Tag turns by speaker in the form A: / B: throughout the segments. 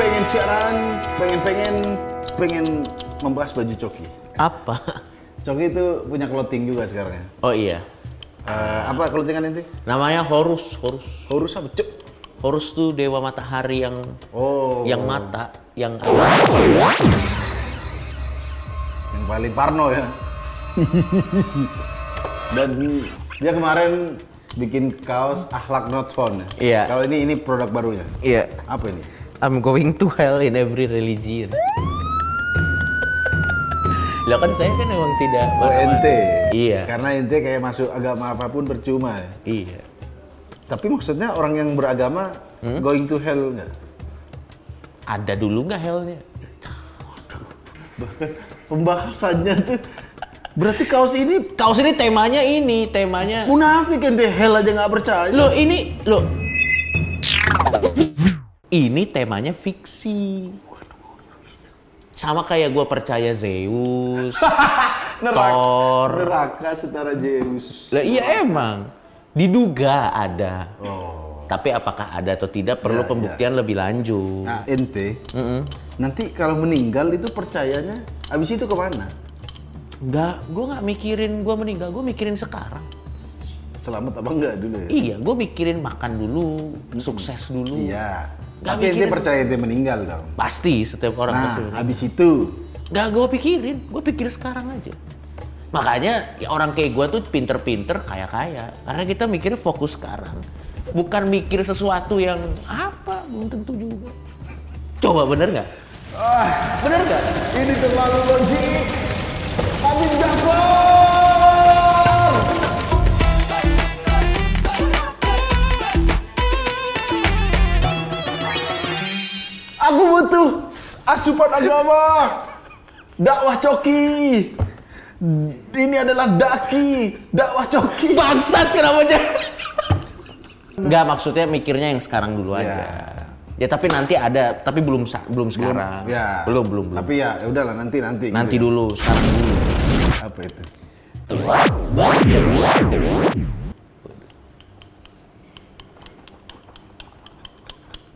A: pengen siaran, pengen pengen pengen membahas baju coki.
B: Apa?
A: Coki itu punya clothing juga sekarang ya.
B: Oh iya.
A: Eh, apa clothingan inti?
B: Namanya Horus, Horus.
A: Horus apa cuk?
B: Horus tuh dewa matahari yang
A: Oh,
B: yang mata, yang ada.
A: yang paling Parno ya. Dan dia kemarin bikin kaos akhlak not found ya.
B: Iya.
A: Kalau ini ini produk barunya.
B: Iya.
A: Apa ini?
B: I'm going to hell in every religion. Lah kan saya kan emang tidak
A: ONT.
B: Iya.
A: Oh, Karena ente kayak masuk agama apapun percuma ya.
B: Iya.
A: Tapi maksudnya orang yang beragama
B: Hmm?
A: going to hell nggak?
B: Ada dulu nggak hellnya?
A: Bahkan pembahasannya tuh berarti kaos ini
B: Kaos ini temanya ini, temanya
A: munafik ente hell aja nggak percaya.
B: Loh ini loh. Ini temanya fiksi. Sama kayak gua percaya Zeus. Thor.
A: neraka setara Zeus.
B: Lah iya emang. Diduga ada.
A: Oh.
B: Tapi apakah ada atau tidak perlu
A: Ya, ya.
B: pembuktian lebih lanjut.
A: Nah, ente nanti kalau meninggal itu percayanya abis itu kemana?
B: Enggak, gua nggak mikirin gua meninggal, gua mikirin sekarang.
A: Selamat apa enggak dulu ya?
B: Iya, gua mikirin makan dulu, sukses dulu.
A: Iya.
B: Nggak
A: Tapi ente
B: mikirin.
A: percaya ente meninggal dong.
B: Pasti setiap orang
A: Nah,
B: pasti.
A: abis itu
B: Gak gue pikirin, gue pikir sekarang aja. Makanya ya orang kayak gue tuh pinter-pinter, kaya-kaya. Karena kita mikirnya fokus sekarang. Bukan mikir sesuatu yang apa, belum tentu juga. Coba bener nggak? bener nggak?
A: Ah, Ini terlalu ya logik. Habib Jafar. Aku butuh asupan agama. Dakwah coki. Ini adalah daki, dakwah coki.
B: Bangsat kenapa dia? Nggak maksudnya mikirnya yang sekarang dulu
A: Ya.
B: aja. Ya tapi nanti ada, tapi belum sa- belum sekarang.
A: Ya.
B: Ah, Belum belum belum.
A: Tapi ya, ya udahlah nanti nanti. Gitu ya.
B: nanti dulu, sekarang dulu.
A: Apa itu?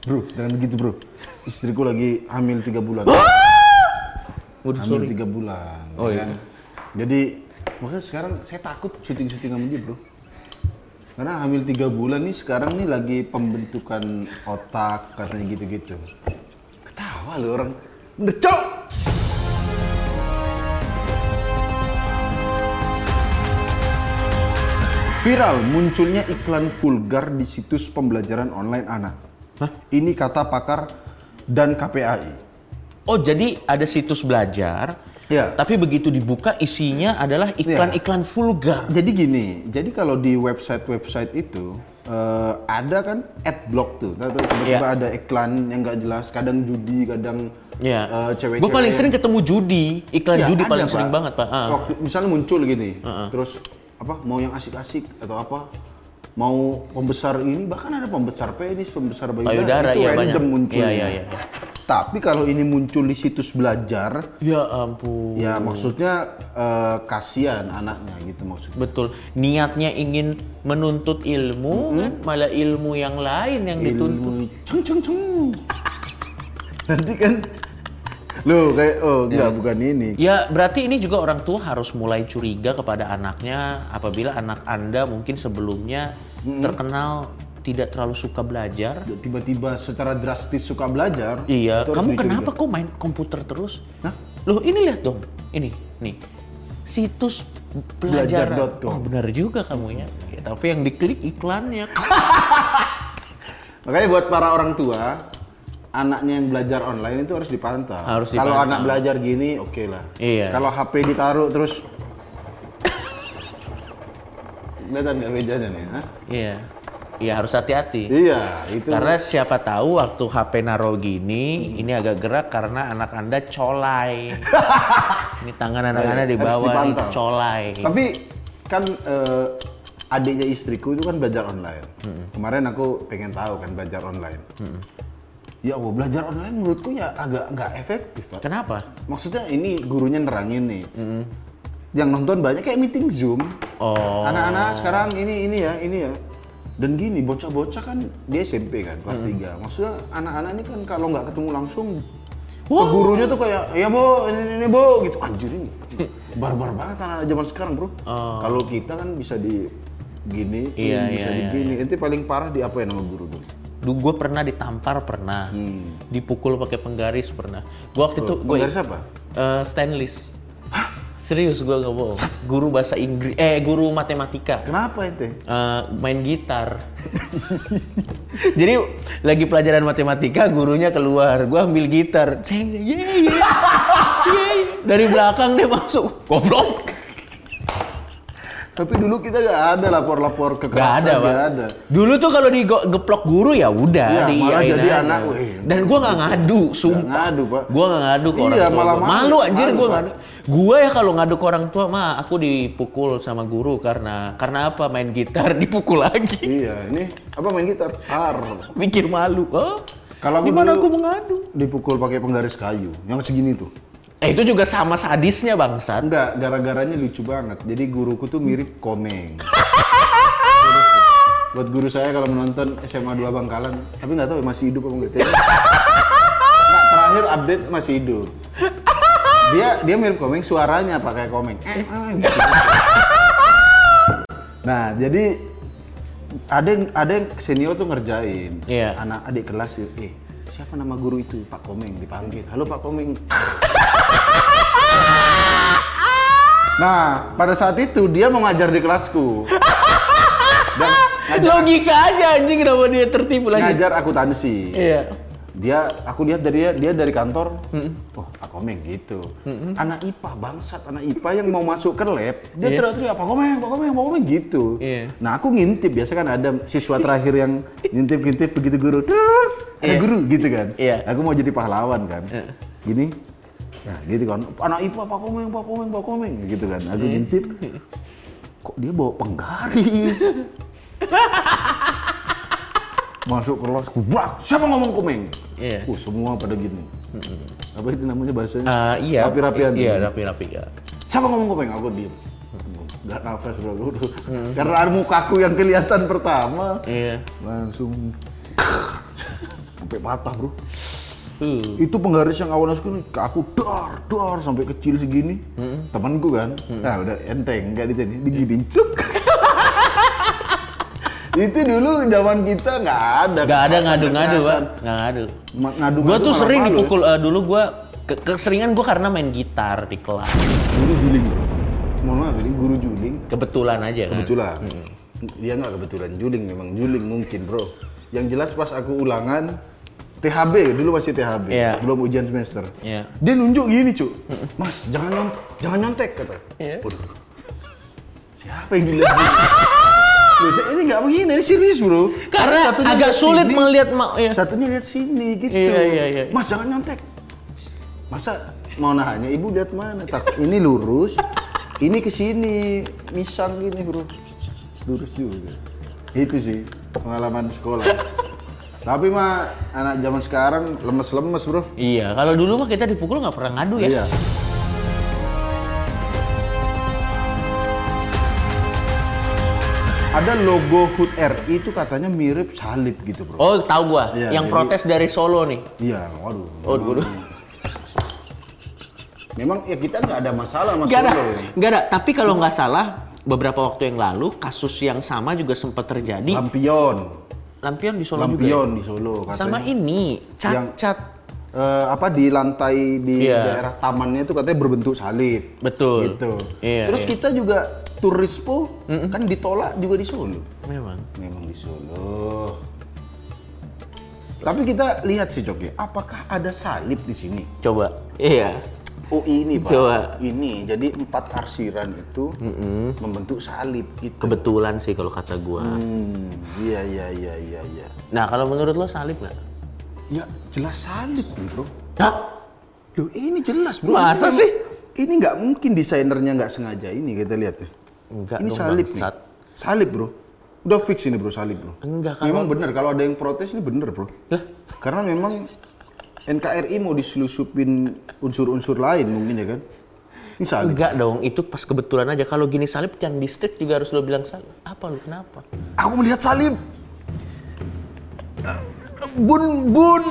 A: Bro, jangan begitu bro. Istriku lagi hamil tiga bulan.
B: Ah! Waduh,
A: hamil
B: sorry.
A: tiga bulan.
B: Oh,
A: ya
B: iya.
A: Jadi makanya sekarang saya takut syuting-syuting sama dia bro. Karena hamil tiga bulan nih sekarang nih lagi pembentukan otak katanya gitu-gitu. Ketawa loh orang. Mendecok! Viral munculnya iklan vulgar di situs pembelajaran online anak. Ini kata pakar dan KPAI.
B: Oh jadi ada situs belajar,
A: Iya.
B: tapi begitu dibuka isinya adalah
A: Ya.
B: iklan-iklan vulgar.
A: Jadi gini, jadi kalau di website-website itu eh, ada kan adblock tuh. Tahu Tiba-tiba
B: Iya.
A: ada iklan yang nggak jelas, kadang judi, kadang eh,
B: Ya.
A: cewek-cewek.
B: Gue paling sering ketemu judi, iklan
A: Iya,
B: judi
A: ada,
B: paling
A: Pak.
B: sering banget pak. Ah.
A: Waktu- misalnya muncul gini, terus apa mau yang asik-asik atau apa? Mau pembesar ini bahkan ada pembesar penis, pembesar
B: Payudara,
A: itu
B: iya,
A: random
B: banyak.
A: muncul.
B: Iya, iya, iya.
A: Tapi kalau ini muncul di situs belajar,
B: Ya ampun.
A: ya maksudnya eh, kasihan anaknya gitu maksudnya.
B: Betul. Niatnya ingin menuntut ilmu, kan? malah ilmu yang lain yang dituntut.
A: Ilmu ceng ceng ceng. Nanti kan lo kayak oh enggak bukan ini.
B: Ya berarti ini juga orang tua harus mulai curiga kepada anaknya apabila anak anda mungkin sebelumnya terkenal tidak terlalu suka belajar
A: Tiba-tiba secara drastis suka belajar.
B: Iya,
A: itu harus
B: kamu
A: dicurigai.
B: kenapa kok main komputer terus?
A: Hah?
B: Loh, ini lihat dong. Ini, nih. Situs pelajaran.
A: Belajar.com.
B: Oh, benar juga kamu ya. Ya, Tapi yang diklik iklannya.
A: Makanya buat para orang tua, anaknya yang belajar online itu harus dipantau.
B: Harus
A: Kalau
B: dipantau.
A: anak belajar gini, oke lah.
B: Iya.
A: Kalau HP ditaruh terus Kelihatan nggak bedanya nih? Hah?
B: Iya. Iya, harus hati-hati.
A: Iya, itu.
B: Karena siapa tahu waktu HP naro gini, ini agak gerak karena anak Anda colai. ini tangan anak Anda
A: Harus
B: di bawah nih,
A: dipantau.
B: colai.
A: Tapi kan eh, adiknya istriku itu kan belajar online. Kemarin aku pengen tahu kan belajar online. Ya Allah, belajar online menurutku ya agak nggak efektif. Pak.
B: Kenapa?
A: Maksudnya ini gurunya nerangin nih. Yang nonton banyak kayak meeting Zoom.
B: Oh.
A: Anak-anak sekarang ini ini ya, ini ya. Dan gini, bocah-bocah kan dia SMP kan, kelas 3.
B: Hmm.
A: Maksudnya anak-anak ini kan kalau nggak ketemu langsung,
B: Wah.
A: ke gurunya tuh kayak, ya bu, ini, ini, ini, bu, gitu. Anjir ini, barbar banget anak zaman sekarang bro. Kalau kita kan bisa di gini,
B: Oh. Iya,
A: ini bisa
B: iya,
A: di
B: iya,
A: gini. Itu paling parah di apa ya nama guru dulu?
B: Duh, gue pernah ditampar pernah, dipukul pakai penggaris pernah. Gue waktu itu gue
A: Hmm. Penggaris apa?
B: Eh, stainless. Serius gue nggak bohong. Guru bahasa Inggris, eh guru matematika.
A: Kenapa ente?
B: Eh, main gitar. Jadi lagi pelajaran matematika gurunya keluar, gue ambil gitar. Ceng, ceng, ye, ye, ye. Dari belakang dia masuk, goblok.
A: Tapi dulu kita nggak ada lapor-lapor
B: Gak
A: kekerasan,
B: ada, Pak.
A: nggak ada.
B: Dulu tuh kalau digeplok guru ya udah,
A: Iya, malah
B: diiyain
A: jadi
B: aja.
A: anak, Iya. weh.
B: Dan gua nggak ngadu, sumpah.
A: ngadu, Pak.
B: Gua nggak ngadu ke orang
A: Iya,
B: tua.
A: malah
B: gua.
A: malu.
B: malu anjir
A: Malu,
B: gua
A: Pak.
B: ngadu. Gua ya kalau ngadu ke orang tua mah aku dipukul sama guru karena karena apa? Main gitar dipukul lagi.
A: Iya, ini apa main gitar? Ar.
B: Mikir malu. Oh.
A: Kalau aku
B: gimana
A: dulu-
B: aku mengadu?
A: Dipukul pakai penggaris kayu, yang segini tuh.
B: Eh itu juga sama sadisnya bangsat.
A: Enggak, gara-garanya lucu banget. Jadi guruku tuh mirip Komeng. Buat guru saya kalau menonton SMA 2 Bangkalan, tapi nggak tahu ya, masih hidup apa enggak. Nggak, terakhir update masih hidup. Dia dia mirip Komeng, suaranya pakai Komeng. Eh, eh, gitu. Nah, jadi ada yang ada yang senior tuh ngerjain.
B: Iya.
A: Anak adik kelas itu, eh siapa nama guru itu? Pak Komeng dipanggil. Halo Pak Komeng. Nah, pada saat itu dia mau ngajar di kelasku. Dan
B: Logika aja anjing kenapa dia tertipu lagi.
A: ngajar akuntansi.
B: Iya.
A: Dia aku lihat dari dia, dia dari kantor. Oh, Pak Komeng gitu. Anak IPA bangsat, anak IPA yang mau masuk ke lab, dia
B: Iya.
A: teriak-teriak Pak Komeng, Pak Komeng, Pak Komeng gitu.
B: Iya.
A: Nah, aku ngintip, biasa kan ada siswa terakhir yang ngintip-ngintip begitu guru. "Durr, Ada
B: Iya.
A: guru gitu kan.
B: Iya.
A: Aku mau jadi pahlawan kan. Gini. Nah, gitu kan. Anak IPA Pak Komeng, Pak Komeng, Pak Komeng gitu kan.
B: Iya.
A: Aku ngintip. Kok dia bawa penggaris? masuk kelas kubrak siapa ngomong komeng
B: Iya.
A: Uh, semua pada gini apa itu namanya bahasanya
B: Ah, iya.
A: rapi-rapian gitu.
B: Iya, rapi-rapi ya.
A: siapa ngomong komeng aku diem gak nafas bro Udah. karena ada mukaku yang kelihatan pertama
B: Iya.
A: langsung sampai patah bro
B: Uh.
A: itu penggaris yang awalnya segini ke aku dor dor sampai kecil segini
B: Hmm.
A: temanku kan nah udah enteng nggak di sini digini itu dulu zaman kita nggak ada
B: Gak ada ngadu-ngadu, Pak.
A: kekerasan.
B: Gak ngadu.
A: Ma- ngadu
B: Gue tuh sering
A: ya.
B: dipukul. eh, dulu gue keseringan gue karena main gitar di kelas.
A: guru juling bro mohon maaf ini guru juling
B: Kebetulan aja kan.
A: kebetulan dia nggak kebetulan juling memang juling mungkin bro yang jelas pas aku ulangan THB dulu masih THB
B: Iya.
A: belum ujian semester
B: Iya. Hmm.
A: dia nunjuk gini cu mas jangan nyont jangan nyontek kata
B: Iya.
A: Waduh. siapa yang dilihat gini? Loh, Cak, ini nggak begini ini serius bro
B: Karena
A: Satunya
B: agak
A: lihat
B: sulit
A: sini,
B: melihat ma- iya.
A: satunya lihat sini gitu
B: Iya, iya, iya.
A: mas jangan nyontek masa mau nanya ibu lihat mana tak ini lurus ini ke sini misang gini bro lurus juga itu sih pengalaman sekolah tapi mah anak zaman sekarang lemes-lemes bro
B: Iya, kalau dulu mah kita dipukul nggak pernah ngadu ya.
A: iya ada logo HUT RI itu katanya mirip salib gitu bro
B: Oh, tahu gua.
A: Iya,
B: yang
A: jadi-
B: protes dari Solo nih.
A: Iya, waduh.
B: Oh, dulu.
A: Memang ya kita nggak ada masalah mas
B: Gak ada,
A: Solo ya.
B: gak ada. Tapi kalau nggak salah, beberapa waktu yang lalu kasus yang sama juga sempat terjadi.
A: Lampion,
B: Lampion di Solo juga.
A: Lampion di Solo
B: ya?
A: katanya.
B: Sama ini,
A: Yang-
B: cacat.
A: Eh, apa di lantai di
B: Iya.
A: daerah tamannya itu katanya berbentuk salib.
B: Betul.
A: Gitu.
B: Iya,
A: Terus
B: iya.
A: kita juga turis po kan ditolak juga di Solo.
B: Memang.
A: Memang di Solo. Tapi kita lihat sih Jogja, apakah ada salib di sini?
B: Coba. Iya.
A: Oh ini pak,
B: Coba.
A: ini jadi empat arsiran itu membentuk salib gitu.
B: Kebetulan sih kalau kata gua.
A: Hmm, iya iya iya iya iya.
B: Nah, kalau menurut lo salib nggak?
A: Ya jelas salib nih bro.
B: Hah?
A: Loh ini jelas bro.
B: Masa
A: Ini-
B: sih?
A: Ini nggak mungkin desainernya nggak sengaja ini kita lihat ya.
B: Enggak
A: ini
B: dong,
A: salib
B: bangsat. Iya,
A: nih. Salib bro. Udah fix ini bro salib bro.
B: Enggak, kalau-
A: Memang bener kalau ada yang protes ini bener bro.
B: Lah?
A: Karena memang NKRI mau diselusupin unsur-unsur lain mungkin ya kan. Ini salib.
B: Enggak dong, itu pas kebetulan aja. Kalau gini salib, tiang listrik juga harus lo bilang salib. Apa lu, kenapa?
A: Aku melihat salib. Bun, bun.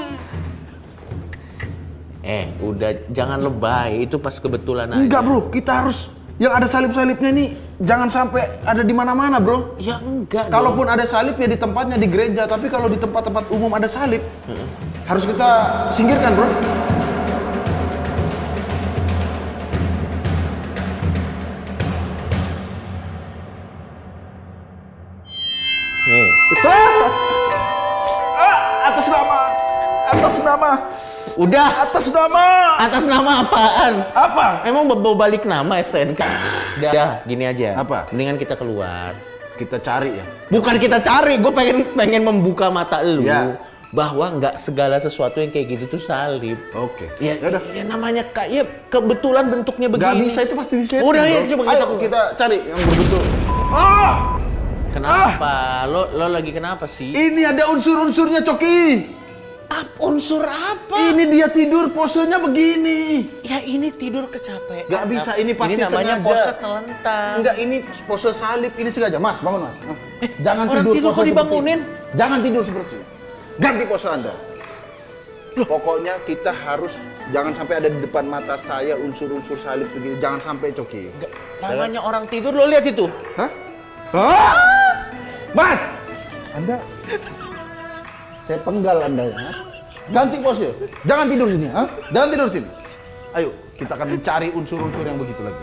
B: Eh, udah jangan lebay. Itu pas kebetulan aja.
A: Enggak bro, kita harus yang ada salib-salibnya nih jangan sampai ada di mana-mana bro.
B: Ya enggak dong.
A: Kalaupun ada salib ya di tempatnya di gereja, tapi kalau di tempat-tempat umum ada salib harus kita singkirkan bro.
B: Nih,
A: Ah, atas nama, atas nama,
B: udah.
A: atas nama.
B: Atas nama apaan?
A: Apa?
B: Emang mau balik nama STNK? Udah, udah, gini aja.
A: Apa?
B: Mendingan kita keluar.
A: Kita cari ya.
B: Bukan kita cari, gue pengen pengen membuka mata lu
A: Ya.
B: bahwa nggak segala sesuatu yang kayak gitu tuh salib.
A: Oke.
B: Ya,
A: Yaudah.
B: ya namanya kak, ya kebetulan bentuknya begini.
A: Gak bisa itu pasti di setting,
B: Udah ya,
A: bro.
B: coba kita.
A: Ayo iya, kita cari yang berbentuk. Ah,
B: Kenapa? Lo lo lagi kenapa sih?
A: ini ada unsur-unsurnya Coki.
B: Ap- unsur apa?
A: Ini dia tidur posenya begini.
B: Ya ini tidur kecapean.
A: Gak bisa, ini pasti
B: Ini namanya
A: sengaja.
B: pose telentang.
A: Enggak, ini pose salib. Ini sengaja. Mas, bangun mas.
B: Eh,
A: Jangan
B: orang
A: tidur,
B: tidur
A: pose
B: kok dibangunin?
A: seperti ini. Jangan tidur seperti itu. Ganti pose anda. Pokoknya kita harus jangan sampai ada di depan mata saya unsur-unsur salib begitu. Jangan sampai coki.
B: Nggak, Namanya orang tidur lo lihat itu.
A: Hah? Ah! Mas, anda, saya penggal anda ya. Ganti pose. Jangan tidur sini. Hah? Jangan tidur sini. Ayo, kita akan mencari unsur-unsur yang begitu lagi.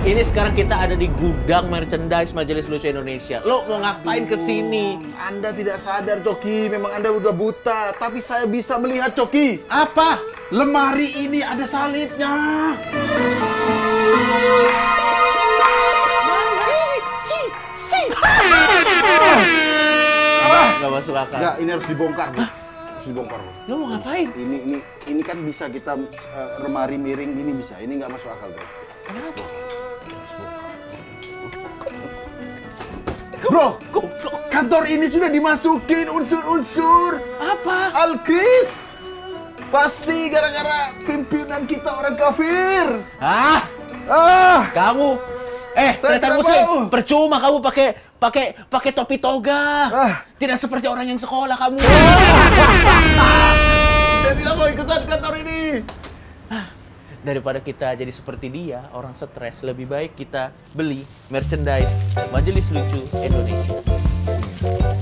B: Ini sekarang kita ada di gudang merchandise Majelis Lucu Indonesia. Lo mau ngapain ke sini?
A: Hmm, Anda tidak sadar, Coki. Memang Anda udah buta, tapi saya bisa melihat, Coki.
B: Apa?
A: Lemari ini ada salibnya.
B: Si, si. Gak masuk akal.
A: Enggak, ini harus dibongkar, Bu. Harus dibongkar, Bu.
B: Lo mau ngapain?
A: Ini ini ini kan bisa kita eh, remari miring ini bisa. Ini nggak masuk akal, Bro.
B: Kenapa?
A: Bro,
B: Goblok.
A: kantor ini sudah dimasukin unsur-unsur
B: Apa?
A: Alkris. Pasti gara-gara pimpinan kita orang kafir.
B: Hah?
A: Ah,
B: Kamu? Eh,
A: Saya
B: kelihatan
A: tidak
B: muslim.
A: mau.
B: Percuma kamu pakai pakai pakai topi toga.
A: Ah. Ya.
B: Tidak seperti orang yang sekolah kamu.
A: saya tidak mau ikutan kantor ini.
B: Daripada kita jadi seperti dia, orang stres, lebih baik kita beli merchandise Majelis Lucu Indonesia.